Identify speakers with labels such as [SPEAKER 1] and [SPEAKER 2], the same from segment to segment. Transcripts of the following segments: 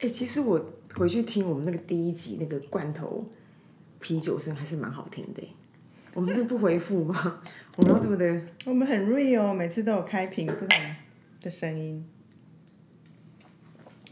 [SPEAKER 1] 哎、其实我回去听我们那个第一集那个罐头啤酒声还是蛮好听的耶。我们是不回复吗？ 我们要这么的
[SPEAKER 2] 我们很 real，每次都有开瓶不同的声音。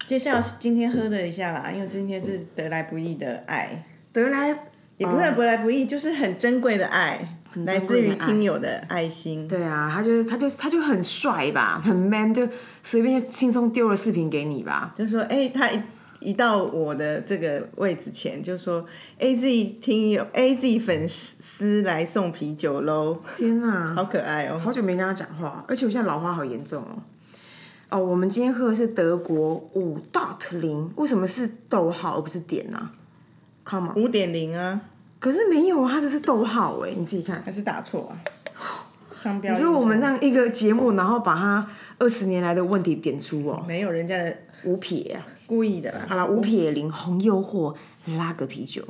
[SPEAKER 2] 介绍今天喝的一下啦，因为今天是得来不易的爱，
[SPEAKER 1] 得来呃
[SPEAKER 2] 也不算得来不易，就是很珍贵的爱，
[SPEAKER 1] 很
[SPEAKER 2] 来
[SPEAKER 1] 珍
[SPEAKER 2] 自
[SPEAKER 1] 贵的
[SPEAKER 2] 于
[SPEAKER 1] 爱
[SPEAKER 2] 听友的爱心。
[SPEAKER 1] 对啊，他就是他就他就很帅吧，很 man，就随便就轻松丢了视频给你吧。
[SPEAKER 2] 就说，哎、他一一到我的这个位置前，就说 A Z 听友 A Z 粉丝来送啤酒喽，
[SPEAKER 1] 天哪、
[SPEAKER 2] 好可爱哦、
[SPEAKER 1] 好久没跟他讲话，而且我现在老花好严重哦。哦，我们今天喝的是德国五 dot 零，为什么是逗号而不是点呢、啊、？Come on，
[SPEAKER 2] 五点零啊，
[SPEAKER 1] 可是没有啊，它只是逗号哎，你自己看。
[SPEAKER 2] 还是打错 啊？商标
[SPEAKER 1] 你
[SPEAKER 2] 印
[SPEAKER 1] 说
[SPEAKER 2] 章？
[SPEAKER 1] 我们让一个节目，然后把它二十年来的问题点出哦，
[SPEAKER 2] 没有人家的
[SPEAKER 1] 五撇啊，
[SPEAKER 2] 故意的啦，
[SPEAKER 1] 好了，五撇零红诱惑拉格啤酒，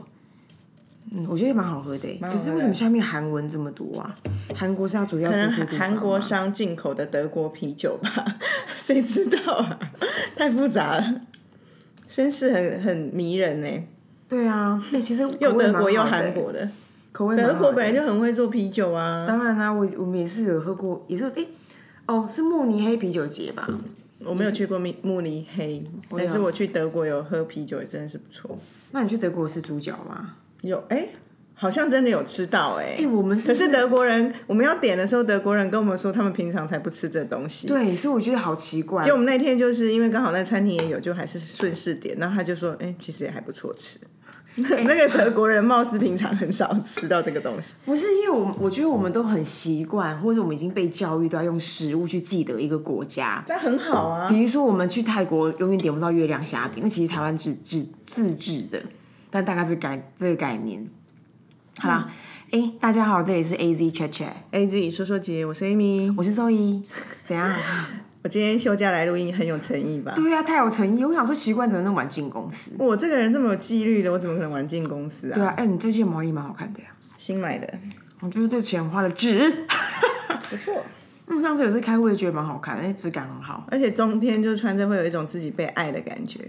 [SPEAKER 1] 嗯，我觉得蛮好喝的耶。
[SPEAKER 2] 蛮好
[SPEAKER 1] 可
[SPEAKER 2] 喝的
[SPEAKER 1] 是为什么下面韩文这么多啊？韩国是它主要
[SPEAKER 2] 可
[SPEAKER 1] 输
[SPEAKER 2] 能
[SPEAKER 1] 出
[SPEAKER 2] 韩
[SPEAKER 1] 地方
[SPEAKER 2] 韩国
[SPEAKER 1] 吗
[SPEAKER 2] 商进口的德国啤酒吧， 谁知道啊？ 太复杂了，绅士很很迷人呢、
[SPEAKER 1] 对 啊，那其实
[SPEAKER 2] 又
[SPEAKER 1] 口味
[SPEAKER 2] 德
[SPEAKER 1] 蛮
[SPEAKER 2] 国又
[SPEAKER 1] 好的耶
[SPEAKER 2] 韩，国的，
[SPEAKER 1] 口味蛮
[SPEAKER 2] 德
[SPEAKER 1] 好
[SPEAKER 2] 国
[SPEAKER 1] 的欸
[SPEAKER 2] 本来就很会做啤酒啊。
[SPEAKER 1] 当然啦、我我们也是有喝过，也是哎、诶哦，是慕尼黑啤酒节吧？
[SPEAKER 2] 我没有去过慕慕尼黑，但是我去德国有喝啤酒，也真的是不错。
[SPEAKER 1] 那你去德国是猪脚吗？
[SPEAKER 2] 有哎、好像真的有吃到哎、
[SPEAKER 1] 哎、我们是
[SPEAKER 2] 可
[SPEAKER 1] 不
[SPEAKER 2] 是德国人，我们要点的时候，德国人跟我们说他们平常才不吃这东西。
[SPEAKER 1] 对，所以我觉得好奇怪哦
[SPEAKER 2] 就我们那天就是因为刚好那餐厅也有，就还是顺势点，然后他就说，哎、其实也还不错吃。 那个德国人貌似平常很少吃到这个东西，
[SPEAKER 1] 不是因为我我觉得我们都很习惯，或者我们已经被教育都要用食物去记得一个国家。
[SPEAKER 2] 但很好啊。
[SPEAKER 1] 比如说我们去泰国永远点不到月亮虾饼，那其实台湾自自自制的，但大概是概这个概念。好啦，哎、大家好，这里是 A Z Chat Chat，
[SPEAKER 2] A Z 哎说说姐，我是 Amy，
[SPEAKER 1] 我是周一，怎样？
[SPEAKER 2] 我今天休假来录音，很有诚意吧？
[SPEAKER 1] 对呀、啊，太有诚意。我想说，习惯怎么那么晚进公司？
[SPEAKER 2] 我这个人这么有纪律的，我怎么可能玩进公司啊？
[SPEAKER 1] 对啊，哎、你这件毛衣蛮好看的呀、
[SPEAKER 2] 新买的，
[SPEAKER 1] 我觉得这钱花的值。
[SPEAKER 2] 不错。
[SPEAKER 1] 嗯，上次有一次开会，觉得蛮好看，哎，质感很好。
[SPEAKER 2] 而且冬天就穿着会有一种自己被爱的感觉，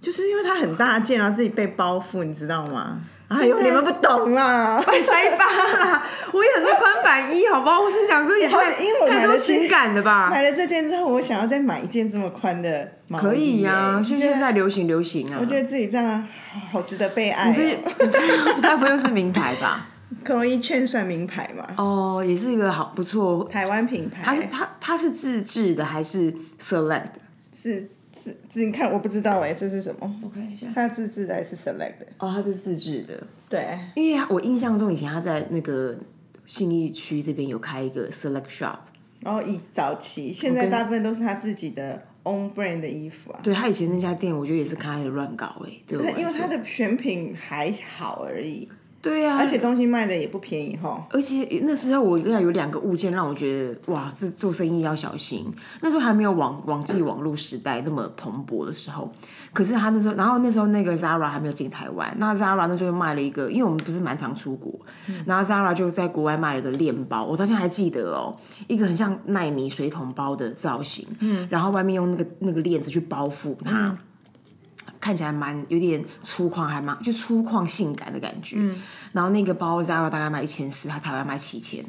[SPEAKER 2] 就是因为它很大件，然后自己被包覆，你知道吗？哎呦，
[SPEAKER 1] 现在
[SPEAKER 2] 你们不懂啊 啦！
[SPEAKER 1] 拜塞吧啦！我也很多宽版衣，好不好？我是想说也
[SPEAKER 2] 好
[SPEAKER 1] 太
[SPEAKER 2] 因为我买
[SPEAKER 1] 太
[SPEAKER 2] 的
[SPEAKER 1] 多
[SPEAKER 2] 是
[SPEAKER 1] 情感的吧？
[SPEAKER 2] 买了这件之后，我想要再买一件这么宽的毛衣、
[SPEAKER 1] 可以呀、
[SPEAKER 2] 哎
[SPEAKER 1] 现现在流行流行啊
[SPEAKER 2] 我！觉得自己这样好值得被爱、
[SPEAKER 1] 你
[SPEAKER 2] 哦。
[SPEAKER 1] 这你这该不会是名牌吧？
[SPEAKER 2] Chloe Chen 算名牌嘛？
[SPEAKER 1] 哦，也是一个好不错。
[SPEAKER 2] 台湾品牌，
[SPEAKER 1] 它是它它是自制的还是 select？
[SPEAKER 2] 自自自，你看我不知道哎、这是什么？
[SPEAKER 1] 我看一下
[SPEAKER 2] 它自制的还是 select 的？
[SPEAKER 1] 哦，它是自制的。
[SPEAKER 2] 对，
[SPEAKER 1] 因为我印象中以前他在那个信义区这边有开一个 select shop，
[SPEAKER 2] 然后以早期，现在大部分都是他自己的 own brand 的衣服啊。
[SPEAKER 1] 对他以前那家店，我觉得也是开的乱搞哎、欸，对我来
[SPEAKER 2] 那因为
[SPEAKER 1] 说
[SPEAKER 2] 它的选品还好而已，
[SPEAKER 1] 对啊，
[SPEAKER 2] 而且东西卖的也不便宜哈。
[SPEAKER 1] 而且那时候我应该有两个物件让我觉得哇，这做生意要小心。那时候还没有网网际网络时代那么蓬勃的时候，可是他那时候，然后那时候那个 Zara 还没有进台湾，那 Zara 那时候卖了一个，因为我们不是蛮常出国，
[SPEAKER 2] 嗯
[SPEAKER 1] 然后 Zara 就在国外卖了一个链包，我到现在还记得哦，一个很像奈米水桶包的造型，嗯，然后外面用那个那个链子去包覆它。
[SPEAKER 2] 嗯
[SPEAKER 1] 看起来蛮有点粗犷，还蛮就粗犷性感的感觉。
[SPEAKER 2] 嗯
[SPEAKER 1] 然后那个包 Zara 大概卖一千四，它台湾卖七千。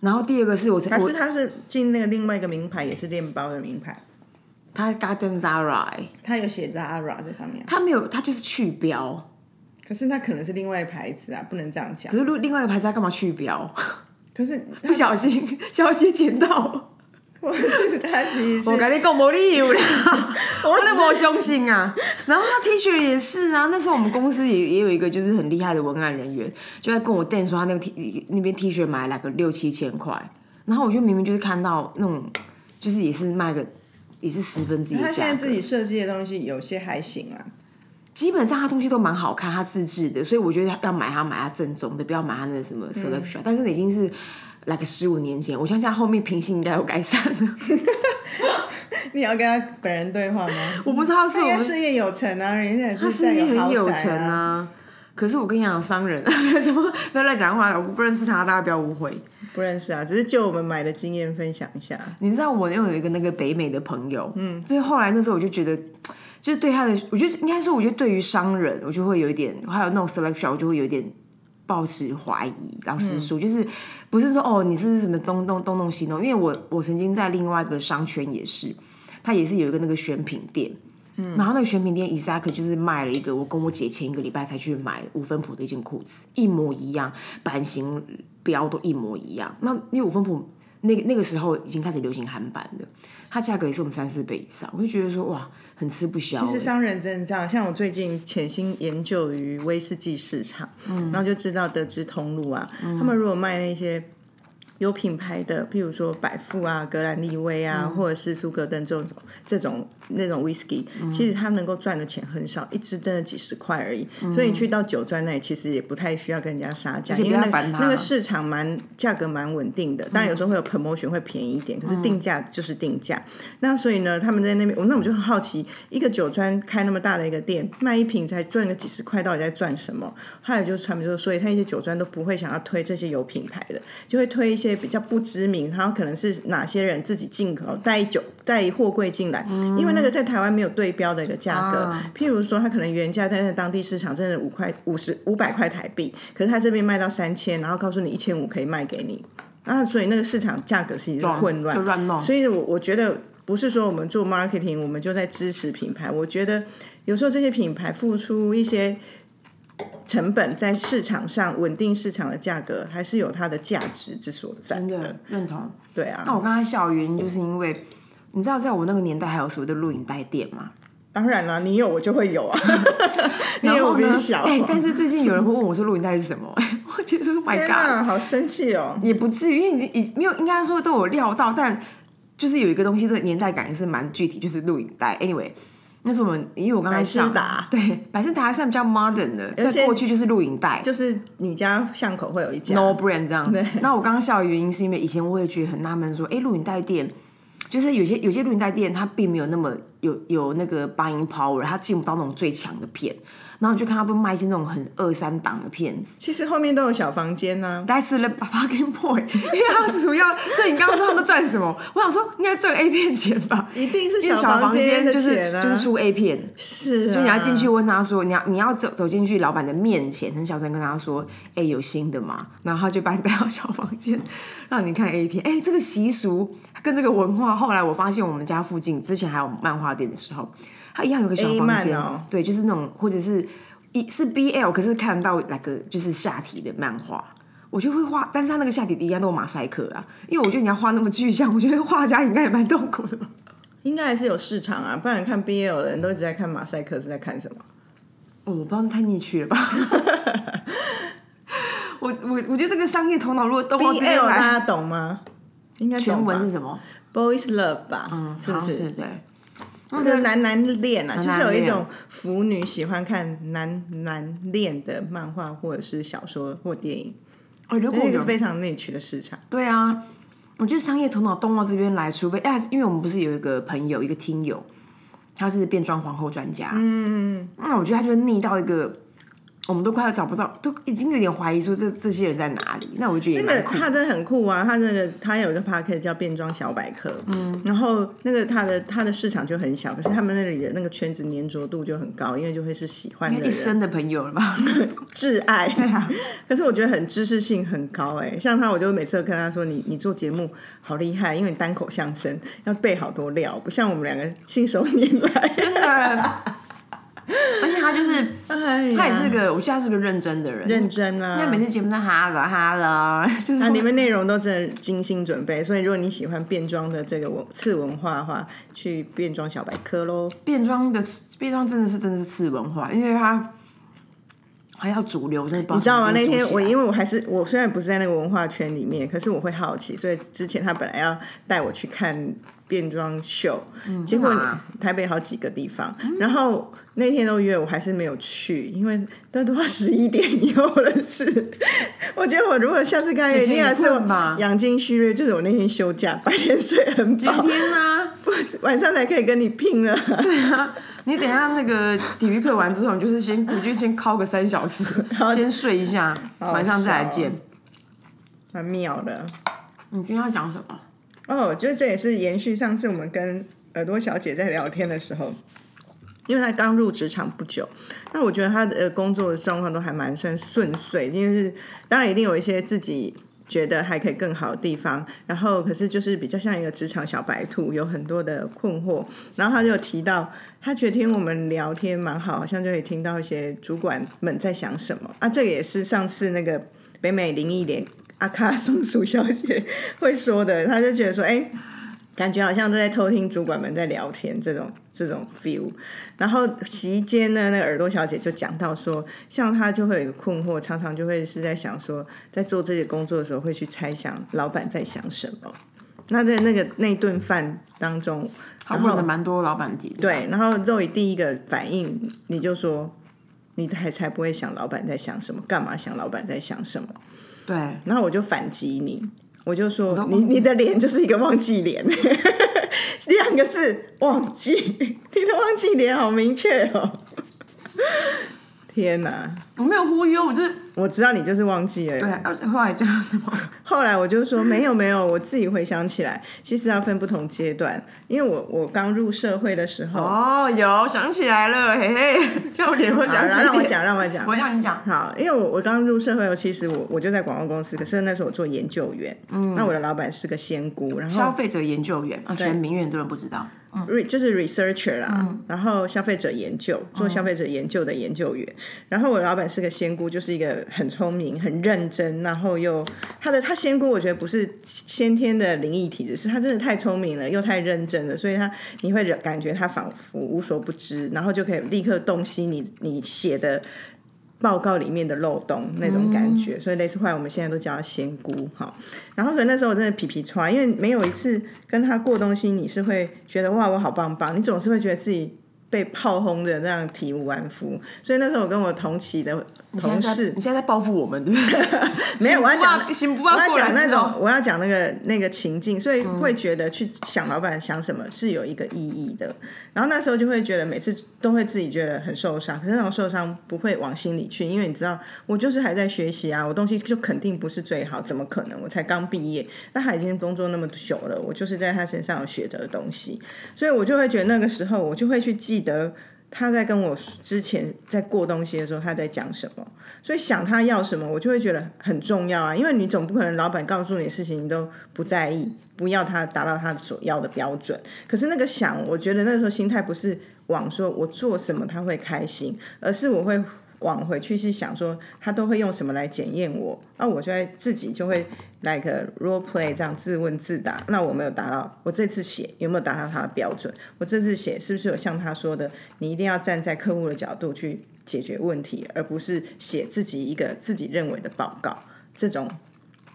[SPEAKER 1] 然后第二个是我曾
[SPEAKER 2] 还
[SPEAKER 1] 我
[SPEAKER 2] 是它是进那个另外一个名牌，也是链包的名牌，
[SPEAKER 1] 它 Garden Zara，欸
[SPEAKER 2] 它有写 Zara 在上面，
[SPEAKER 1] 它没有它就是去标。
[SPEAKER 2] 可是它可能是另外牌子啊，不能这样讲
[SPEAKER 1] 可。是如另外一个牌子它干嘛去标？
[SPEAKER 2] 可是
[SPEAKER 1] 不小心 小姐捡到，
[SPEAKER 2] 我是它其实是
[SPEAKER 1] 我跟你讲没理 由啦，我
[SPEAKER 2] 只
[SPEAKER 1] 那么相信啊。然后他 T 恤也是啊，那时候我们公司也也有一个就是很厉害的文案人员，就在跟我店说他那个 T 那边 T 恤买了个六七千块，然后我就明明就是看到那种就是也是卖个也是十分之一的价
[SPEAKER 2] 它
[SPEAKER 1] 格。
[SPEAKER 2] 现在自己设计的东西有些还行啊，
[SPEAKER 1] 基本上它东西都蛮好看，它自制的，所以我觉得要买它买它正宗的，不要买它那个什
[SPEAKER 2] 嗯
[SPEAKER 1] 么 selection、但是已经是来个十五年前，我相信它后面品性应该有改善 了。
[SPEAKER 2] 你要跟他本人对话吗？
[SPEAKER 1] 我不知道是
[SPEAKER 2] 他
[SPEAKER 1] 我
[SPEAKER 2] 应该
[SPEAKER 1] 们
[SPEAKER 2] 事业有成啊，人家也
[SPEAKER 1] 他
[SPEAKER 2] 是
[SPEAKER 1] 事业
[SPEAKER 2] 在
[SPEAKER 1] 很有
[SPEAKER 2] 豪
[SPEAKER 1] 成
[SPEAKER 2] 宅啊。
[SPEAKER 1] 啊。可是我跟你讲，商人 怎么不要乱讲话，我不认识他，大家不要误会。
[SPEAKER 2] 不认识啊，只是就我们买的经验分享一下。
[SPEAKER 1] 你知道我又有一个那个北美的朋友，嗯，所以后来那时候我就觉得，就是对他的，我觉得应该说，我觉得对于商人，我就会有一点，还有那种 selection，我就会有一点抱持怀疑。老实
[SPEAKER 2] 嗯
[SPEAKER 1] 说，就是不是说哦，你是不是什么东东东弄西弄？因为我我曾经在另外一个商圈也是，它也是有一个那个选品店。嗯、然后那个选品店 Isaac 就是卖了一个，我跟我姐前一个礼拜才去买五分埔的一件裤子，一模一样，版型标都一模一样。那因为五分埔那个那个时候已经开始流行韩版的，它价格也是我们三四倍以上，我就觉得说哇，很吃不消欸、
[SPEAKER 2] 其实商人真的这样，像我最近潜心研究于威士忌市场，
[SPEAKER 1] 嗯
[SPEAKER 2] 然后就知道德之通路啊，他们如果卖那些有品牌的，譬如说百富啊、格兰利威啊，
[SPEAKER 1] 嗯
[SPEAKER 2] 或者是苏格登这种这种那种 whisky，、其
[SPEAKER 1] 嗯
[SPEAKER 2] 实他们能够赚的钱很少，一支真的几十块而已。所以你去到酒庄那里，其实也不太需要跟人家杀价，
[SPEAKER 1] 嗯且不
[SPEAKER 2] 因为那
[SPEAKER 1] 要烦他
[SPEAKER 2] 个
[SPEAKER 1] 嗯
[SPEAKER 2] 那个市场蛮价格蛮稳定的，当然有时候会有 promotion 会便宜一点，可是定价就是定价。那所以呢，他们在那边，我那我就很好奇，一个酒庄开那么大的一个店，卖一瓶才赚个几十块，到底在赚什么？还有就是他们就说，所以他一些酒庄都不会想要推这些有品牌的，就会推一些比较不知名，然后可能是哪些人自己进口带酒带货柜进来，因为那个在台湾没有对标的一个价格。
[SPEAKER 1] 啊
[SPEAKER 2] 譬如说，它可能原价在那当地市场真的五块五十五百块台币，可是它这边卖到三千，然后告诉你一千五可以卖给你。那所以那个市场价格其实是混乱
[SPEAKER 1] 就，乱弄。
[SPEAKER 2] 所以我我觉得不是说我们做 marketing 我们就在支持品牌，我觉得有时候这些品牌付出一些成本在市场上稳定市场的价格，还是有它的价值之所在
[SPEAKER 1] 真的哦认同。
[SPEAKER 2] 对啊，
[SPEAKER 1] 那我刚才笑的原因就是因为，你知道，在我那个年代还有所谓的录影带店吗？
[SPEAKER 2] 当然啦、你有我就会有 啊，你
[SPEAKER 1] 然
[SPEAKER 2] 有
[SPEAKER 1] 后
[SPEAKER 2] 我比
[SPEAKER 1] 呢
[SPEAKER 2] 你？小。
[SPEAKER 1] 哎、但是最近有人会问我说录影带是什么， 我觉得 Oh my
[SPEAKER 2] 天
[SPEAKER 1] God，
[SPEAKER 2] 啊，好生气哦！
[SPEAKER 1] 也不至于，因为你已没有应该说都有料到，但就是有一个东西，这个年代感也是蛮具体，就是录影带。Anyway，那是我们因为我刚
[SPEAKER 2] 百
[SPEAKER 1] 刚
[SPEAKER 2] 事
[SPEAKER 1] 想
[SPEAKER 2] 达
[SPEAKER 1] 对百事达算比较 modern 的，
[SPEAKER 2] 而且
[SPEAKER 1] 在过去就是录影带，
[SPEAKER 2] 就是你家巷口会有一家
[SPEAKER 1] No brand 这样。那我刚刚笑的原因是因为以前我也觉得很纳闷，说，哎、录影带店就是有些有些录影带店它并没有那么有有那个 buying power，它进不到那种最强的片，然后你就看它都卖一些那种很二三档的片子。
[SPEAKER 2] 其实后面都有小房间啊呢、
[SPEAKER 1] That's the fucking point，因为它主要，所以你刚刚说他们赚什么？我想说应该赚 A 片钱吧，
[SPEAKER 2] 一定是
[SPEAKER 1] 因为
[SPEAKER 2] 小
[SPEAKER 1] 小房
[SPEAKER 2] 间
[SPEAKER 1] 间
[SPEAKER 2] 的
[SPEAKER 1] 就是
[SPEAKER 2] 钱啊，
[SPEAKER 1] 就是出 A 片，
[SPEAKER 2] 是啊，
[SPEAKER 1] 就你要进去问他说，你要你要走走进去老板的面前，很小声跟他说，哎、有新的吗？然后他就把你带到小房间，让你看 A 片。哎、这个习俗跟这个文化，后来我发现我们家附近之前还有漫画店的时候，它一样有个小
[SPEAKER 2] A
[SPEAKER 1] 房
[SPEAKER 2] 漫
[SPEAKER 1] 间，
[SPEAKER 2] 哦
[SPEAKER 1] 对，就是那种或者是一是 BL，可是看到那个就是下体的漫画。我就会画，但是他那个下体一样都有马赛克啦，因为我觉得你要画那么具象，我觉得画家应该也蛮痛苦的吧。
[SPEAKER 2] 应该还是有市场啊，不然看 BL 的人都一直在看马赛克是在看什么？
[SPEAKER 1] 哦，我不知道那太逆去了吧。我我我觉得这个商业头脑如果都往这
[SPEAKER 2] BL
[SPEAKER 1] 边
[SPEAKER 2] 大
[SPEAKER 1] 来，
[SPEAKER 2] 家懂吗？应该
[SPEAKER 1] 全
[SPEAKER 2] 懂吧
[SPEAKER 1] 文是什么？嗯
[SPEAKER 2] Boys Love 吧？是不
[SPEAKER 1] 好像
[SPEAKER 2] 是？
[SPEAKER 1] 对，
[SPEAKER 2] 就是男男恋啊，
[SPEAKER 1] 男
[SPEAKER 2] 就
[SPEAKER 1] 男
[SPEAKER 2] 是有一
[SPEAKER 1] 恋
[SPEAKER 2] 种腐女喜欢看男男恋的漫画或者是小说或电影，
[SPEAKER 1] 哦，如
[SPEAKER 2] 这
[SPEAKER 1] 果
[SPEAKER 2] 是一个
[SPEAKER 1] 有
[SPEAKER 2] 非常内取的市场。
[SPEAKER 1] 对啊，我觉得商业头脑动到这边来，除非哎，因为我们不是有一个朋友，一个听友，他是变装皇后专家，嗯，那我觉得他就腻到一个。我们都快要找不到，都已经有点怀疑说这这些人在哪里。那我觉得也
[SPEAKER 2] 那个
[SPEAKER 1] 蛮酷。
[SPEAKER 2] 他真的很酷啊！他那个他有一个 p a c k e t 叫变装小百科，嗯，然后那个他的他的市场就很小，可是他们那里的那个圈子粘着度就很高，因为就会是喜欢的
[SPEAKER 1] 应该一
[SPEAKER 2] 人。
[SPEAKER 1] 生的朋友了吧？
[SPEAKER 2] 挚爱。 可是我觉得很知识性很高哎、像他，我就每次都跟他说：“你你做节目好厉害，因为你单口相声要备好多料，不像我们两个信手拈来。
[SPEAKER 1] 真的。而且他 就是”
[SPEAKER 2] 哎呀
[SPEAKER 1] 他也是个，我觉得他是个啊认真的人，
[SPEAKER 2] 认真啊！
[SPEAKER 1] 因为每次节目都哈了哈了， 就是
[SPEAKER 2] 啊，
[SPEAKER 1] 会
[SPEAKER 2] 里面内容都真的精心准备，所以如果你喜欢变装的这个文次文化的话，去变装小百科喽。
[SPEAKER 1] 变装的变装真的是真的是次文化，因为他还要主流，真的
[SPEAKER 2] 你
[SPEAKER 1] 你
[SPEAKER 2] 知道吗？那天
[SPEAKER 1] 啊
[SPEAKER 2] 我因为我还是我虽然不是在那个文化圈里面，可是我会好奇，所以之前他本来要带我去看变装秀，结果
[SPEAKER 1] 干嘛
[SPEAKER 2] 台北好几个地方，
[SPEAKER 1] 嗯
[SPEAKER 2] 然后那天都约我，还是没有去，因为那都要十一点以后的事。 我觉得我如果下次跟他约，
[SPEAKER 1] 姐
[SPEAKER 2] 一
[SPEAKER 1] 姐
[SPEAKER 2] 定还是
[SPEAKER 1] 你困吧
[SPEAKER 2] 我养精蓄锐，就是我那天休假，白天睡 很
[SPEAKER 1] 今
[SPEAKER 2] 饱，
[SPEAKER 1] 天呢、
[SPEAKER 2] 晚上才可以跟你拼了。
[SPEAKER 1] 你等一下那个体育课完之后，你就是先你就先敲个三小 时，先睡一下，
[SPEAKER 2] 好
[SPEAKER 1] 晚上再来
[SPEAKER 2] 笑哦
[SPEAKER 1] 见。
[SPEAKER 2] 蛮妙的。
[SPEAKER 1] 你今天要讲什么？
[SPEAKER 2] 哦，就是这也是延续上次我们跟耳朵小姐在聊天的时候，因为他刚入职场不久，那我觉得他的呃工作的状况都还蛮算顺遂，因为是当然一定有一些自己觉得还可以更好的地方，然后可是就是比较像一个职场小白兔，有很多的困惑。然后他就提到，他觉得听我们聊天蛮好，好像就可以听到一些主管们在想什么啊。这个也是上次那个北美林忆莲阿卡松鼠小姐会说的，他就觉得说，哎、感觉好像都在偷听主管们在聊天这种这种 feel。然后席间呢，那个耳朵小姐就讲到说，像她就会有一个困惑，常常就会是在想说，在做这些工作的时候会去猜想老板在想什么。那在那个那顿饭当中，
[SPEAKER 1] 他问了蛮多老板级的，
[SPEAKER 2] 对，然后肉以第一个反应，你就说，你还才不会想老板在想什么，干嘛想老板在想什么？
[SPEAKER 1] 对，
[SPEAKER 2] 然后我就反击你，我就说
[SPEAKER 1] 都
[SPEAKER 2] 你
[SPEAKER 1] 忘记
[SPEAKER 2] 你的脸就是一个忘记脸， 两个字忘记， 你的忘记脸好明确哦。 天哪，
[SPEAKER 1] 我没有忽悠，我就是
[SPEAKER 2] 我知道你就是忘记
[SPEAKER 1] 对，
[SPEAKER 2] 了。
[SPEAKER 1] 而且后来叫什么？
[SPEAKER 2] 后来我就说没有没有，我自己回想起来，其实要分不同阶段，因为我我刚入社会的时候，
[SPEAKER 1] 哦，有想起来了，嘿嘿， 要脸我
[SPEAKER 2] 好
[SPEAKER 1] 想起来，
[SPEAKER 2] 让 我，讲让我讲
[SPEAKER 1] 我，要你讲，
[SPEAKER 2] 好，因为我我刚入社会后，其实我我就在广告公司，可是那时候我做研究员，嗯，那我的老板是个仙姑，然后
[SPEAKER 1] 消费者研究员啊，全民院很多人不知道，
[SPEAKER 2] re 就是 researcher 啦，然后消费者研究，做消费者研究的研究员。然后我老板是个仙姑，就是一个很聪明、很认真，然后又他的他仙姑，我觉得不是先天的灵异体质，是他真的太聪明了，又太认真了，所以他你会感觉他仿佛无所不知，然后就可以立刻洞悉你你写的。报告里面的漏洞那种感
[SPEAKER 1] 嗯
[SPEAKER 2] 觉，所以类似后来我们现在都叫他仙姑哈。然后可能那时候我真的皮皮穿，因为没有一次跟他过东西，你是会觉得哇我好棒棒，你总是会觉得自己被炮轰的那样体无完肤。所以那时候我跟我同期的同
[SPEAKER 1] 现在在
[SPEAKER 2] 事
[SPEAKER 1] 你，现在在报复我们，对不 对？
[SPEAKER 2] 没有我要讲
[SPEAKER 1] 行不
[SPEAKER 2] 我
[SPEAKER 1] 要
[SPEAKER 2] 要
[SPEAKER 1] 过哦来
[SPEAKER 2] 讲那
[SPEAKER 1] 这
[SPEAKER 2] 种，我要讲那个那个情境，所以会觉得去想老板想什么是有一个意义的。然后那时候就会觉得每次都会自己觉得很受伤，可是那种受伤不会往心里去，因为你知道我就是还在学习啊，我东西就肯定不是最好，怎么可能？我才刚毕业，那他已经工作那么久了，我就是在他身上有学得的东西，所以我就会觉得那个时候我就会去记得。他在跟我之前在过东西的时候，他在讲什么？所以想他要什么，我就会觉得很重要啊，因为你总不可能老板告诉你的事情你都不在意，不要他达到他所要的标准。可是那个想，我觉得那时候心态不是往说我做什么他会开心，而是我会往回去去想说他都会用什么来检验我，那我就会自己就会来个 role play 这样自问自答。那我没有达到，我这次写有没有达到他的标准？我这次写是不是有像他说的，你一定要站在客户的角度去解决问题，而不是写自己一个自己认为的报告这种。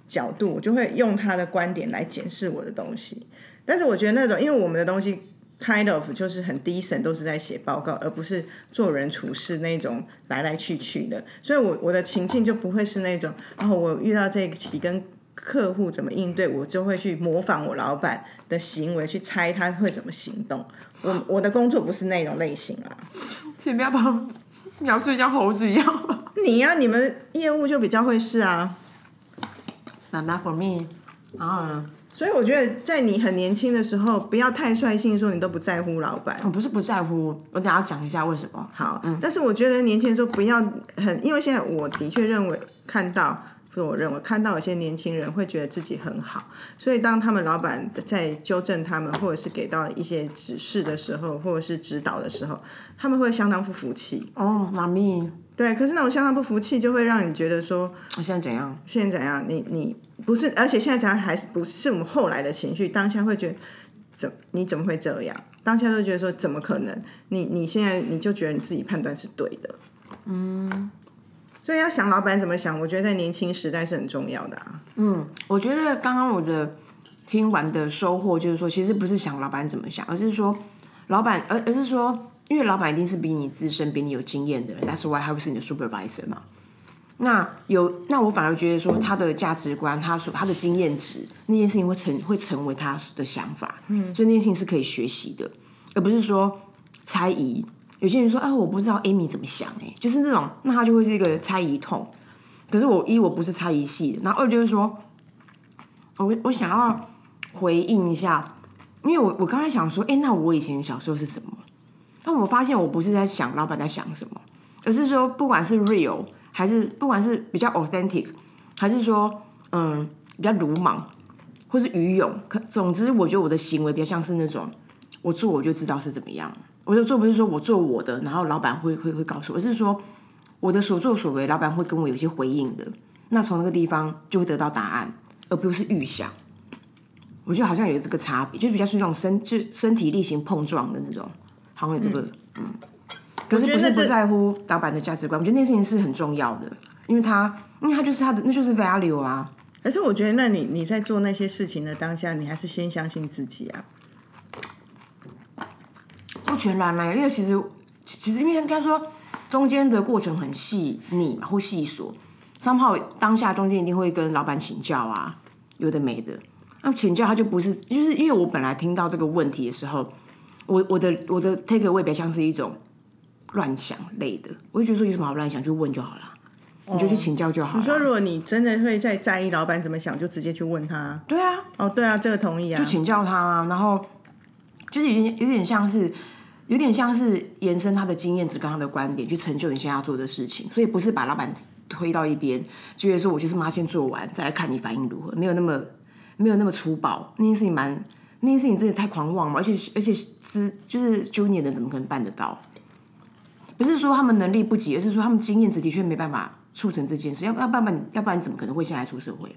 [SPEAKER 2] 角度，我就会用他的观点来检视我的东西。但是我觉得那种，因为我们的东西 kind of 就是很低 e 都是在写报告，而不是做人处事那种来来去去的。所以我，我的情境就不会是那种，然、后我遇到这个题跟客户怎么应对，我就会去模仿我老板的行为，去猜他会怎么行动。我我的工作不是那种类型啊。
[SPEAKER 1] 请不要把我描述像猴子一样。
[SPEAKER 2] 你呀、你们业务就比较会是啊。
[SPEAKER 1] 妈妈 for me，然后呢？
[SPEAKER 2] 所以我觉得，在你很年轻的时候，不要太率性说你都不在乎老板。
[SPEAKER 1] 我不是不在乎，我等一下要讲一下为什么。
[SPEAKER 2] 好，但是我觉得年轻的时候不要很，因为现在我的确认为看到，不是我认为看到有些年轻人会觉得自己很好，所以当他们老板在纠正他们，或者是给到一些指示的时候，或者是指导的时候，他们会相当不服气。
[SPEAKER 1] 哦，妈咪，
[SPEAKER 2] 对，可是那种相当不服气，就会让你觉得说，
[SPEAKER 1] 我现在怎样？
[SPEAKER 2] 现在怎样？你你不是，而且现在怎样还是不是我们后来的情绪？当下会觉得怎你怎么会这样？当下就觉得说怎么可能？你你现在你就觉得你自己判断是对的，嗯。所以要想老板怎么想，我觉得在年轻时代是很重要的啊。
[SPEAKER 1] 嗯，我觉得刚刚我的听完的收获就是说，其实不是想老板怎么想，而是说老板，呃而而是说，因为老板一定是比你资深、比你有经验的人，That's why 他会是你的 supervisor 嘛。那有，那我反而觉得说他的价值观，他所他的经验值那件事情会成会成为他的想法，嗯，所以那件事情是可以学习的，而不是说猜疑。有些人说，哎、我不知道 Amy 怎么想、哎，就是那种，那他就会是一个猜疑痛。可是我一我不是猜疑系的，然后二就是说，我我想要回应一下，因为我我刚才想说，哎、那我以前小时候是什么？但我发现我不是在想老板在想什么，而是说不管是 real 还是不管是比较 authentic，还是说嗯比较鲁莽，或是愚勇，可总之我觉得我的行为比较像是那种我做我就知道是怎么样，我就做不是说我做我的，然后老板会会会告诉我，而是说我的所作所为，老板会跟我有一些回应的，那从那个地方就会得到答案，而不是预想。我觉得好像有这个差别，就比较是那种身就身体力行碰撞的那种，好像有这个嗯可是
[SPEAKER 2] 我觉
[SPEAKER 1] 不
[SPEAKER 2] 得
[SPEAKER 1] 是
[SPEAKER 2] 那
[SPEAKER 1] 不
[SPEAKER 2] 是
[SPEAKER 1] 在乎老板的价值观，我觉得那件事情是很重要的，因为他因为他就是他的那就是 value 啊，
[SPEAKER 2] 可是我觉得，那你你在做那些事情的当下，你还是先相信自己啊。
[SPEAKER 1] 不全然啦、因为其实其其实因为应该说中间的过程很细腻嘛，或细琐。三炮当下中间一定会跟老板请教啊，有的没的。那请教他就不是，就是因为我本来听到这个问题的时候，我我的我的 take away 比较像是一种乱想类的，我就觉得说有什么好乱想，就问就好了，你就去请教就好了。
[SPEAKER 2] 哦你说，如果你真的会在在意老板怎么想，就直接去问他。
[SPEAKER 1] 对啊，
[SPEAKER 2] 哦，对啊，这个同意啊
[SPEAKER 1] 就。请教他啊，然后就是有点有点像是有点像是延伸他的经验值跟他的观点去成就你现在要做的事情，所以不是把老板推到一边，觉得说我就是妈先做完再来看你反应如何，没有那么没有那么粗暴，那件事情蛮那件事情真的太狂妄了，而且而且资就是 junior 的怎么可能办得到？不是说他们能力不及，而是说他们经验值的确没办法促成这件事，要要不然你要不然你怎么可能会现在出社会？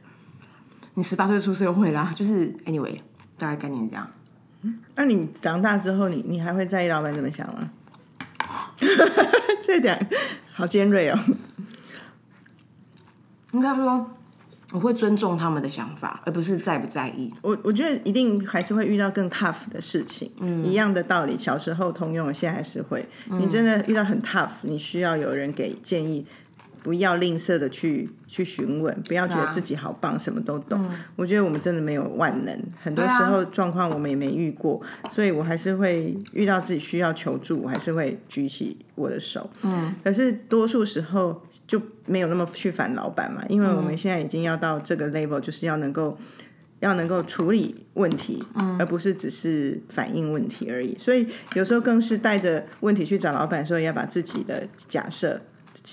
[SPEAKER 1] 你十八岁就出社会啦，就是 anyway，大概概念这样。
[SPEAKER 2] 那、你长大之后，你你还会在意老板怎么想吗？ 这点好尖锐哦。
[SPEAKER 1] 应该说，我会尊重他们的想法，而不是在不在意。
[SPEAKER 2] 我我觉得一定还是会遇到更 tough 的事情，
[SPEAKER 1] 嗯
[SPEAKER 2] 一样的道理，小时候通用，现在还是会。你真的遇到很 tough，你需要有人给建议，不要吝啬的去去询问，不要觉得
[SPEAKER 1] 啊
[SPEAKER 2] 自己好棒，什么都懂。我觉得我们真的没有万能，很
[SPEAKER 1] 嗯对
[SPEAKER 2] 多
[SPEAKER 1] 啊
[SPEAKER 2] 时候状况我们也没遇过，所以我还是会遇到自己需要求助，我还是会举起我的手。嗯，可是多数时候就没有那么去烦老板嘛，因为
[SPEAKER 1] 嗯
[SPEAKER 2] 我们现在已经要到这个 level，就是要能够。要能够处理问题，而不是只是反映问题而已。所以有时候更是带着问题去找老板，说要把自己的假设、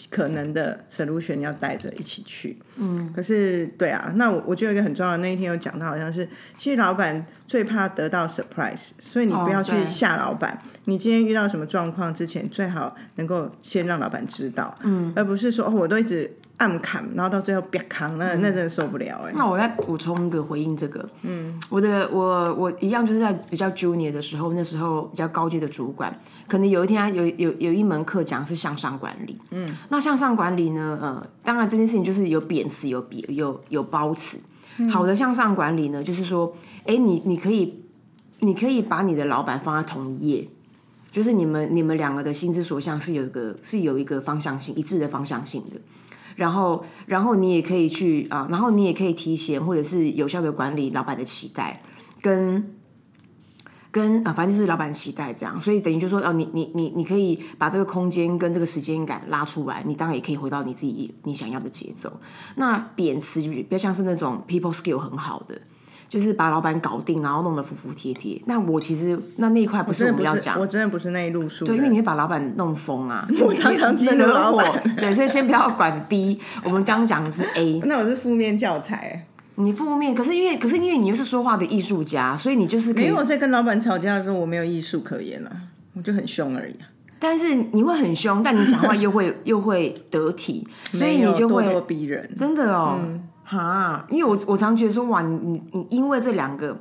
[SPEAKER 2] 可能的 solution 要带着一起去。嗯，可是对啊，那我我觉得有一个很重要的，那一天有讲到，好像是其实老板最怕得到 surprise，所以你不要去
[SPEAKER 1] 对
[SPEAKER 2] 吓老板。你今天遇到什么状况之前，最好能够先让老板知道，嗯，而不是说哦，我都一直暗砍，然后到最后别扛，那那真的受不了哎、
[SPEAKER 1] 那我再补充一个回应这个，嗯，我的我我一样就是在比较 junior 的时候，那时候比较高阶的主管，可能有一天啊他有有有一门课讲是向上管理，嗯，那向上管理呢，呃，当然这件事情就是有贬词，有贬有有褒词。好的向上管理呢，就是说，哎，你你可以你可以把你的老板放在同一页，就是你们你们两个的心之所向是有一个是有一个方向性一致的方向性的。然后，然后你也可以去啊，然后你也可以提前或者是有效的管理老板的期待，跟跟啊，反正就是老板的期待这样。所以等于就说，哦，你你你你可以把这个空间跟这个时间感拉出来，你当然也可以回到你自己你想要的节奏。那贬词比较像是那种 people skill 很好的。就是把老板搞定，然后弄得服服帖帖。那我其实那那一块不是
[SPEAKER 2] 真
[SPEAKER 1] 我
[SPEAKER 2] 的
[SPEAKER 1] 们
[SPEAKER 2] 不
[SPEAKER 1] 要
[SPEAKER 2] 是
[SPEAKER 1] 讲，，
[SPEAKER 2] 我真的不是那一路数的
[SPEAKER 1] 对，因
[SPEAKER 2] 人。
[SPEAKER 1] 为你会把老板弄疯 啊，
[SPEAKER 2] 我常常激怒老板
[SPEAKER 1] 对，所以先不要管 B，我们刚讲的是 A。
[SPEAKER 2] 那我是负面教材，欸
[SPEAKER 1] 你负面，可是因为可是因为你又是说话的艺术家，所以你就是可
[SPEAKER 2] 因
[SPEAKER 1] 以
[SPEAKER 2] 为，我在跟老板吵架的时候，我没有艺术可言了、啊，我就很凶而已啊、
[SPEAKER 1] 但是你会很凶，但你讲话又 会又会得体，所以你就
[SPEAKER 2] 没
[SPEAKER 1] 会
[SPEAKER 2] 有咄咄逼人。
[SPEAKER 1] 真的哦，哈、因为我我常觉得说哇，你你你因为这两个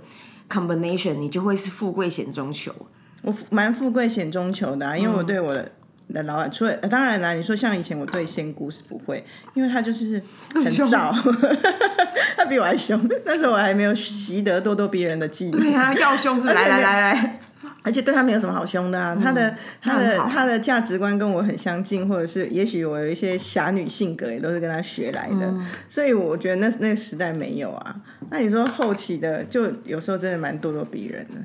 [SPEAKER 1] combination，你就会是富贵险中求。
[SPEAKER 2] 我蛮富贵险中求的、啊，因
[SPEAKER 1] 嗯
[SPEAKER 2] 为我对我的。的老板，除了呃当然啦，你说像以前我对仙姑是不会，因为他就是很
[SPEAKER 1] 凶
[SPEAKER 2] 照，他比我还凶。那时候我还没有习得咄咄逼人的技能，
[SPEAKER 1] 对啊，要凶 是
[SPEAKER 2] 而且
[SPEAKER 1] 来来
[SPEAKER 2] 没有
[SPEAKER 1] 来来， 嗯
[SPEAKER 2] 而且对他没有什么好凶的啊，他的他的
[SPEAKER 1] 那很好
[SPEAKER 2] 他的价值观跟我很相近，或者是也许我有一些侠女性格也都是跟他学来的，
[SPEAKER 1] 嗯
[SPEAKER 2] 所以我觉得那那个时代没有啊。那你说后期的，就有时候真的蛮咄咄逼人的。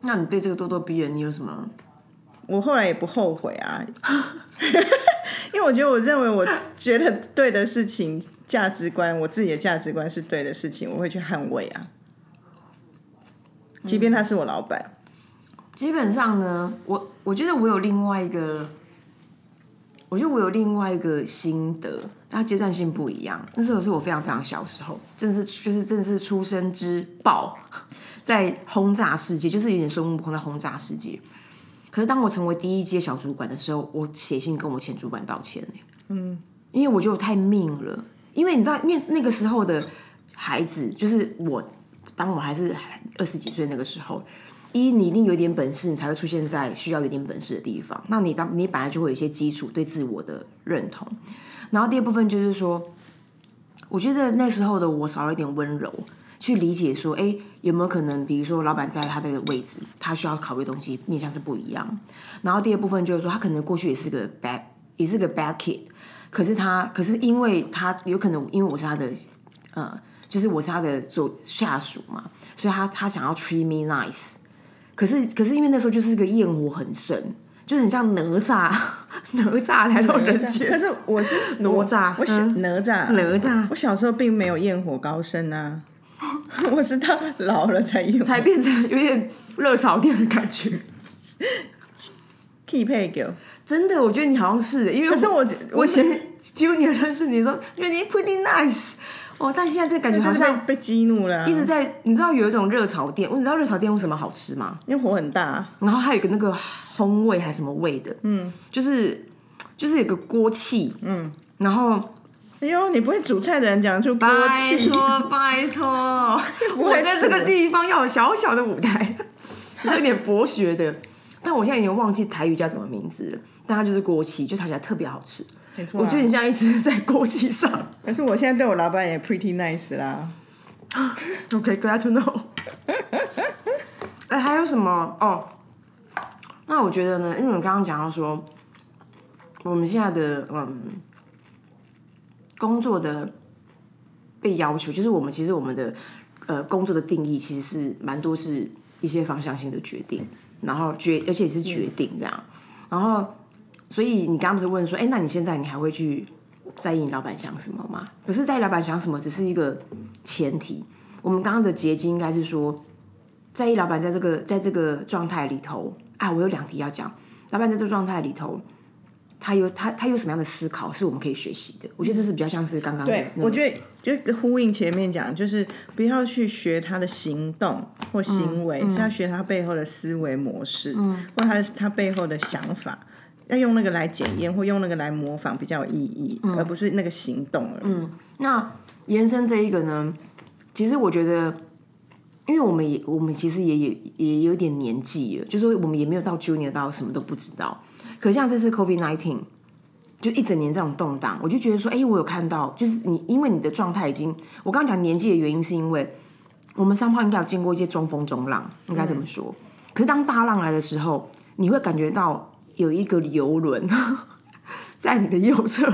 [SPEAKER 1] 那你对这个咄咄逼人，你有什么？
[SPEAKER 2] 我后来也不后悔 啊，因为我觉得我认为我觉得对的事情，价值观，我自己的价值观是对的事情，我会去捍卫啊，即便他是我老板。
[SPEAKER 1] 基本上呢，我我觉得我有另外一个，我觉得我有另外一个心得，它阶段性不一样。那时候是我非常非常小的时候，真的是就是真的是出生之爆，在轰炸世界，就是有点孙悟空在轰炸世界。可是当我成为第一届小主管的时候，我写信跟我前主管道歉呢、嗯，因为我觉得我太命了，因为你知道，因为那个时候的孩子，就是我，当我还是二十几岁那个时候，一你一定有点本事，你才会出现在需要有点本事的地方。那你当你本来就会有一些基础对自我的认同，然后第二部分就是说，我觉得那时候的我少了一点温柔。去理解说，哎、有没有可能，比如说老板在他的位置，他需要考虑的东西面向是不一样。然后第二部分就是说，他可能过去也是个 bad，也是个 bad kid，可是他，可是因为他有可能因为我是他的，呃，就是我是他的左下属嘛，所以他他想要 treat me nice，可是可是因为那时候就是个焰火很盛，就是很像哪吒， 哪吒来到人
[SPEAKER 2] 啊可
[SPEAKER 1] 间，
[SPEAKER 2] 是我是哪
[SPEAKER 1] 吒
[SPEAKER 2] 我小
[SPEAKER 1] 嗯
[SPEAKER 2] 哪吒，
[SPEAKER 1] 哪吒
[SPEAKER 2] 我小时候并没有焰火高升啊， 我是到老了才有
[SPEAKER 1] 才变成有点热炒店的感觉。
[SPEAKER 2] 匹配狗。
[SPEAKER 1] 真的，我觉得你好像是，因为
[SPEAKER 2] 可是我
[SPEAKER 1] 我以前 junior 认识你说，觉得你 pretty nice，哦，但现在这感觉
[SPEAKER 2] 就
[SPEAKER 1] 好
[SPEAKER 2] 是
[SPEAKER 1] 像
[SPEAKER 2] 被被激怒了啊、
[SPEAKER 1] 一直在，你知道有一种热炒店，你知道热炒店为什么好吃吗？
[SPEAKER 2] 因为火很大啊，
[SPEAKER 1] 然后还有一个那个烘味还是什么味的，嗯，就是就是有个锅气，嗯，然后
[SPEAKER 2] 哎呦，你不会煮菜的人讲出锅
[SPEAKER 1] 拜
[SPEAKER 2] 气，
[SPEAKER 1] 托 拜托，
[SPEAKER 2] 不
[SPEAKER 1] 我
[SPEAKER 2] 会
[SPEAKER 1] 在
[SPEAKER 2] 煮
[SPEAKER 1] 这个地方要有小小的舞 台，是有点博学的。但我现在已经忘记台语叫什么名字了，但它就是锅气，就炒起来特别好吃。
[SPEAKER 2] 没错、啊。
[SPEAKER 1] 我觉得你现在一直在锅气上。
[SPEAKER 2] 可是我现在对我老板也 pretty nice 啦。
[SPEAKER 1] OK, glad to know 。哎，还有什么？哦，那我觉得呢，因为我刚刚讲到说，我们现在的嗯工作的被要求，就是我们其实我们的呃工作的定义其实是蛮多是一些方向性的决定，然后决而且是决定这样，然后所以你刚刚不是问说，哎，那你现在你还会去在意你老板想什么吗？可是在意老板想什么只是一个前提，我们刚刚的结晶应该是说，在意老板在这个在这个状态里头，啊，我有两题要讲，老板在这个状态里头。他有他他有什么样的思考是我们可以学习的？我觉得这是比较像是刚刚的
[SPEAKER 2] 对，
[SPEAKER 1] 那个
[SPEAKER 2] 哎我觉得就呼应前面讲，就是不要去学他的行动
[SPEAKER 1] 嗯
[SPEAKER 2] 或行为，是要学他背后的思维模式，
[SPEAKER 1] 嗯
[SPEAKER 2] 或他他背后的想法。要用那个来检验，或用那个来模仿比较有意义，
[SPEAKER 1] 嗯
[SPEAKER 2] 而不是那个行动而已。
[SPEAKER 1] 那延伸这一个呢，其实我觉得，因为我们也我们其实也也也有点年纪了，就是说我们也没有到 junior 到什么都不知道。可像这次 COVID nineteen，就一整年这种动荡，我就觉得说，哎、我有看到，就是你因为你的状态已经，我刚刚讲年纪的原因是因为我们三炮应该有经过一些中风中浪，应该这么说。
[SPEAKER 2] 嗯
[SPEAKER 1] 可是当大浪来的时候，你会感觉到有一个游轮 在你的右侧，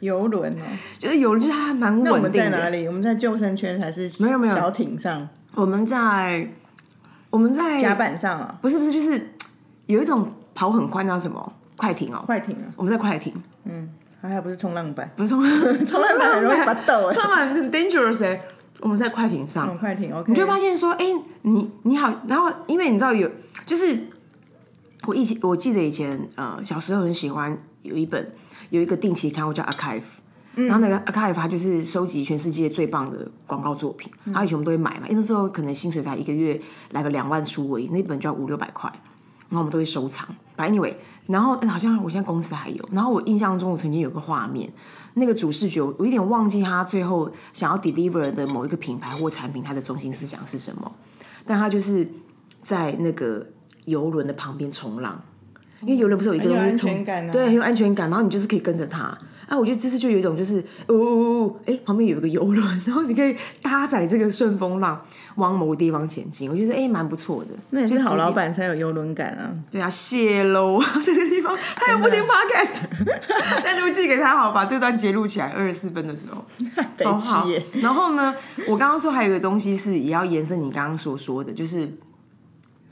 [SPEAKER 2] 游轮哦，
[SPEAKER 1] 就是游轮就是它还蛮稳定的。
[SPEAKER 2] 那我们在哪里？我们在救生圈还是
[SPEAKER 1] 没有没有
[SPEAKER 2] 小艇上、
[SPEAKER 1] 我们在我们在
[SPEAKER 2] 甲板上啊、
[SPEAKER 1] 不是不是，就是有一种跑很快那什么快艇哦，
[SPEAKER 2] 快艇啊，
[SPEAKER 1] 我们在快艇，
[SPEAKER 2] 还好不是 冲浪板，
[SPEAKER 1] 不是冲
[SPEAKER 2] 冲浪板很容易拔豆哎、
[SPEAKER 1] 冲浪板很 dangerous 哎、我们在快艇上，
[SPEAKER 2] 嗯快艇 OK，
[SPEAKER 1] 你就会发现说，哎、你你好，然后因为你知道有，就是我以前我记得以前呃小时候很喜欢有一本有一个定期刊物叫 Archive。然后那个 Archive 它就是收集全世界最棒的广告作品，啊然后以前我们都会买嘛，因为那时候可能薪水才一个月来个两万出而已，那本就要五六百块，然后我们都会收藏。反正 anyway，然后、嗯好像我现在公司还有，然后我印象中我曾经有个画面，那个主视觉我有一点忘记他最后想要 deliver 的某一个品牌或产品它的中心思想是什么，但他就是在那个游轮的旁边冲浪，因为游轮不是有一个
[SPEAKER 2] 很有
[SPEAKER 1] 东西
[SPEAKER 2] 安
[SPEAKER 1] 冲
[SPEAKER 2] 全感啊
[SPEAKER 1] 对，很有安全感，然后你就是可以跟着它。啊，我觉得这次就有一种就是，哦哦哦，哎、旁边有一个游轮，然后你可以搭载这个顺风浪往某个地方前进，我觉得哎，蛮、不错的。
[SPEAKER 2] 那也是
[SPEAKER 1] 就
[SPEAKER 2] 好
[SPEAKER 1] 几
[SPEAKER 2] 老板才有游轮感啊。
[SPEAKER 1] 对啊，谢喽，这个地方他又不听 podcast，再 录寄给他好，把这段截录起来，二十四分的时候，
[SPEAKER 2] 北
[SPEAKER 1] 好不好
[SPEAKER 2] 七耶，。
[SPEAKER 1] 然后呢，我刚刚说还有一个东西是也要延伸你刚刚所说的，就是。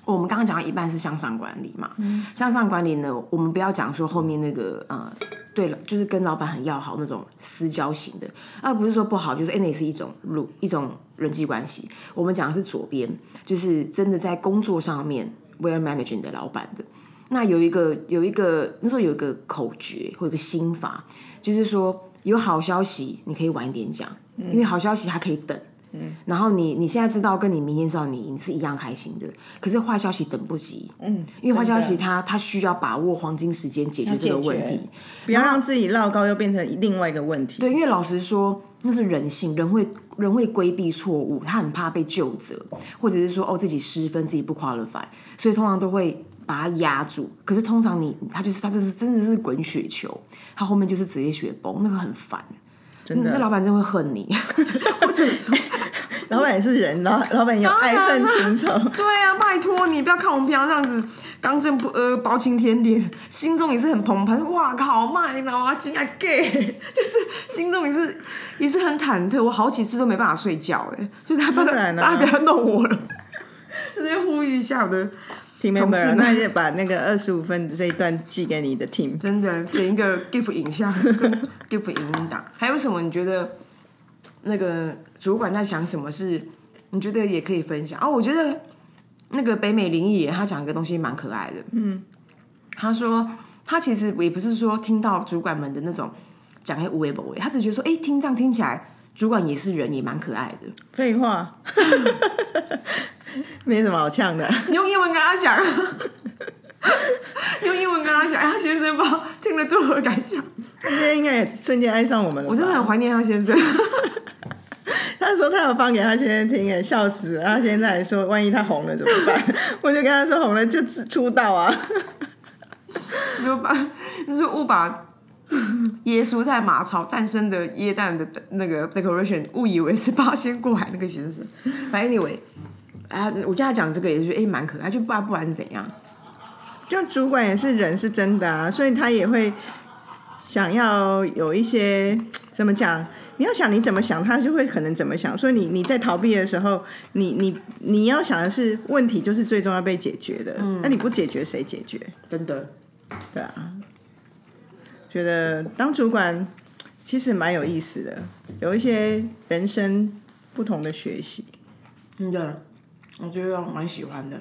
[SPEAKER 1] 我们刚刚讲到一半是向上管理嘛，向上管理呢，我们不要讲说后面那个呃，对了，就是跟老板很要好那种私交型的，而不是说不好，就是哎、那也是一种路一种人际关系。我们讲的是左边，就是真的在工作上面， wear managing 的老板的。那有一个有一个那时候有一个口诀或有一个心法，就是说有好消息你可以晚一点讲，
[SPEAKER 2] 嗯
[SPEAKER 1] 因为好消息它可以等。嗯，然后你你现在知道，跟你明天知道你你是一样开心的。可是坏消息等不及，嗯，因为坏消息它它需要把握黄金时间解决这个问
[SPEAKER 2] 要解
[SPEAKER 1] 题
[SPEAKER 2] 决。不要让自己落高，又变成另外一个问题。
[SPEAKER 1] 对，因为老实说，那是人性，人会人会规避错误，他很怕被纠责，或者是说哦自己失分，自己不 qualify，所以通常都会把它压住。可是通常你他就是他这是真的是滚雪球，他后面就是直接雪崩，那个很烦，真
[SPEAKER 2] 的
[SPEAKER 1] 那老板真的会恨你。 我只能说，
[SPEAKER 2] 老板也是人，老老板也有爱
[SPEAKER 1] 当然
[SPEAKER 2] 恨
[SPEAKER 1] 啦
[SPEAKER 2] 情仇。
[SPEAKER 1] 对啊，拜托你不要看我们平常这样子刚正不阿、包青天脸，心中也是很澎湃。哇靠，卖脑啊，竟然 gay，就是 心中也是也是很忐忑。我好几次都没办法睡觉、哎，就是他不要、
[SPEAKER 2] 当然啊
[SPEAKER 1] 大家不要弄我了。 在这边呼吁一下我的，
[SPEAKER 2] team
[SPEAKER 1] 同事
[SPEAKER 2] member，
[SPEAKER 1] 们
[SPEAKER 2] 那也把那个二十五分的这一段寄给你的 team。
[SPEAKER 1] 真的剪一个 GIF 影像，GIF 影音档。还有什么你觉得那个主管在想什么是？你觉得也可以分享啊、我觉得那个北美林艺人他讲一个东西蛮可爱的，嗯，他说他其实也不是说听到主管们的那种讲些无为不为，他只觉得说，哎、听这样听起来，主管也是人，也蛮可爱的。
[SPEAKER 2] 废话，没什么好呛的。
[SPEAKER 1] 你用英文跟他讲，你用英文跟他讲，哎，他先生不知道听了作何感想？
[SPEAKER 2] 他现在应该也瞬间爱上我们了吧。
[SPEAKER 1] 我真的很怀念他先生。
[SPEAKER 2] 他说他有放给他先生听，哎，笑死了。他现在还说，万一他红了怎么办？ 我就跟他说，红了就自出道啊。
[SPEAKER 1] 就把 就是误把耶稣在马槽诞生的耶诞的那个 decoration 误以为是八仙过海那个先生。反正 anyway，啊，我跟他讲这个也是哎蛮、可爱，就不然不然怎样？
[SPEAKER 2] 就主管也是人，是真的啊，所以他也会想要有一些怎么讲？你要想你怎么想，他就会可能怎么想。所以你你在逃避的时候，你你你要想的是问题就是最终要被解决的，那你不解决谁解决？
[SPEAKER 1] 真的，
[SPEAKER 2] 对啊，觉得当主管其实蛮有意思的，有一些人生不同的学习。
[SPEAKER 1] 真的，我觉得我蛮喜欢的。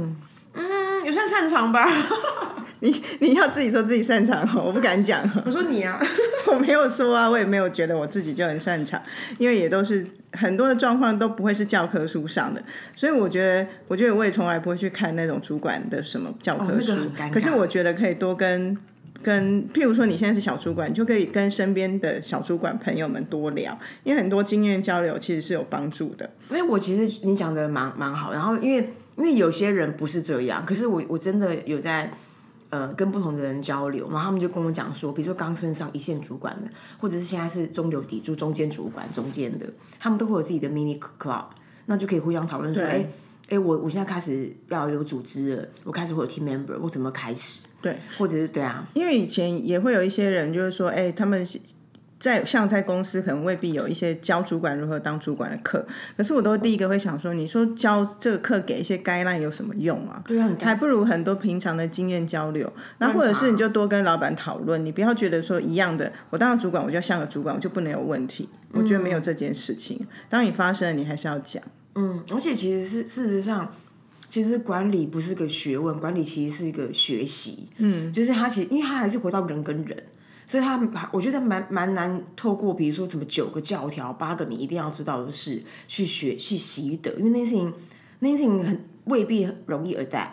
[SPEAKER 1] 嗯嗯，也算擅长吧。
[SPEAKER 2] 你你要自己说自己擅长哦，我不敢讲哦。
[SPEAKER 1] 我说你啊，
[SPEAKER 2] 我没有说啊，我也没有觉得我自己就很擅长，因为也都是很多的状况都不会是教科书上的，所以我觉得，我觉得我也从来不会去看那种主管的什么教
[SPEAKER 1] 哦
[SPEAKER 2] 科书。
[SPEAKER 1] 那个很尴尬
[SPEAKER 2] 可是我觉得可以多跟跟，譬如说你现在是小主管，你就可以跟身边的小主管朋友们多聊，因为很多经验交流其实是有帮助的。
[SPEAKER 1] 因为我其实你讲的蛮蛮好，然后因为因为有些人不是这样，可是我我真的有在呃跟不同的人交流，然后他们就跟我讲说，比如说刚升上一线主管的，或者是现在是中流砥柱、中间主管、中间的，他们都会有自己的 mini club，那就可以互相讨论说，
[SPEAKER 2] 对
[SPEAKER 1] 哎。哎、我我现在开始要有组织了，我开始会有 team member，我怎么开始？
[SPEAKER 2] 对，
[SPEAKER 1] 或者是对啊，
[SPEAKER 2] 因为以前也会有一些人，就是说，哎、他们在像在公司可能未必有一些教主管如何当主管的课，可是我都第一个会想说，你说教这个课给一些 guideline 有什么用啊？
[SPEAKER 1] 对啊，你
[SPEAKER 2] 还不如很多平常的经验交流，那或者是你就多跟老板讨论，你不要觉得说一样的，我当了主管我就要像个主管，我就不能有问题。我觉得没有这件事情，当你发生了，你还是要讲。
[SPEAKER 1] 嗯，而且其实是事实上，其实管理不是个学问，管理其实是一个学习。嗯，就是他其实，因为他还是回到人跟人，所以他我觉得蛮蛮难透过比如说什么九个教条、八个你一定要知道的事去学去习得，因为那件事情那件事情很未必容易 adapt。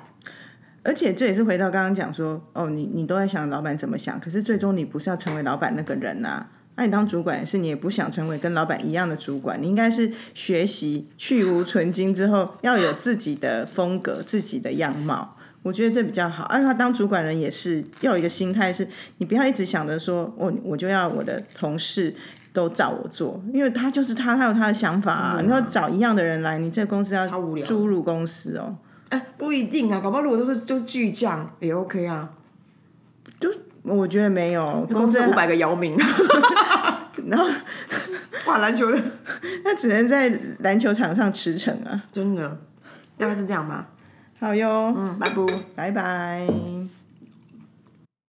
[SPEAKER 2] 而且这也是回到刚刚讲说，哦，你你都在想老板怎么想，可是最终你不是要成为老板那个人呐、啊那你当主管也是，你也不想成为跟老板一样的主管，你应该是学习去无存精之后， 要有自己的风格、自己的样貌。我觉得这比较好。而啊他当主管人也是要有一个心态是，你不要一直想着说，我我就要我的同事都照我做，因为他就是他，他有他的想法啊。你要找一样的人来，你这个公司要
[SPEAKER 1] 超无聊
[SPEAKER 2] 诸如公司哦。
[SPEAKER 1] 哎、不一定啊，搞不好如果都是就巨匠也 OK 啊，
[SPEAKER 2] 我觉得没有，
[SPEAKER 1] 公
[SPEAKER 2] 公司
[SPEAKER 1] 司五百个姚 明，
[SPEAKER 2] 然后
[SPEAKER 1] 打篮球的，
[SPEAKER 2] 那只能在篮球场上驰骋啊。
[SPEAKER 1] 真的大概是这样吧。
[SPEAKER 2] 好哟，
[SPEAKER 1] 嗯，拜拜。
[SPEAKER 2] 拜拜。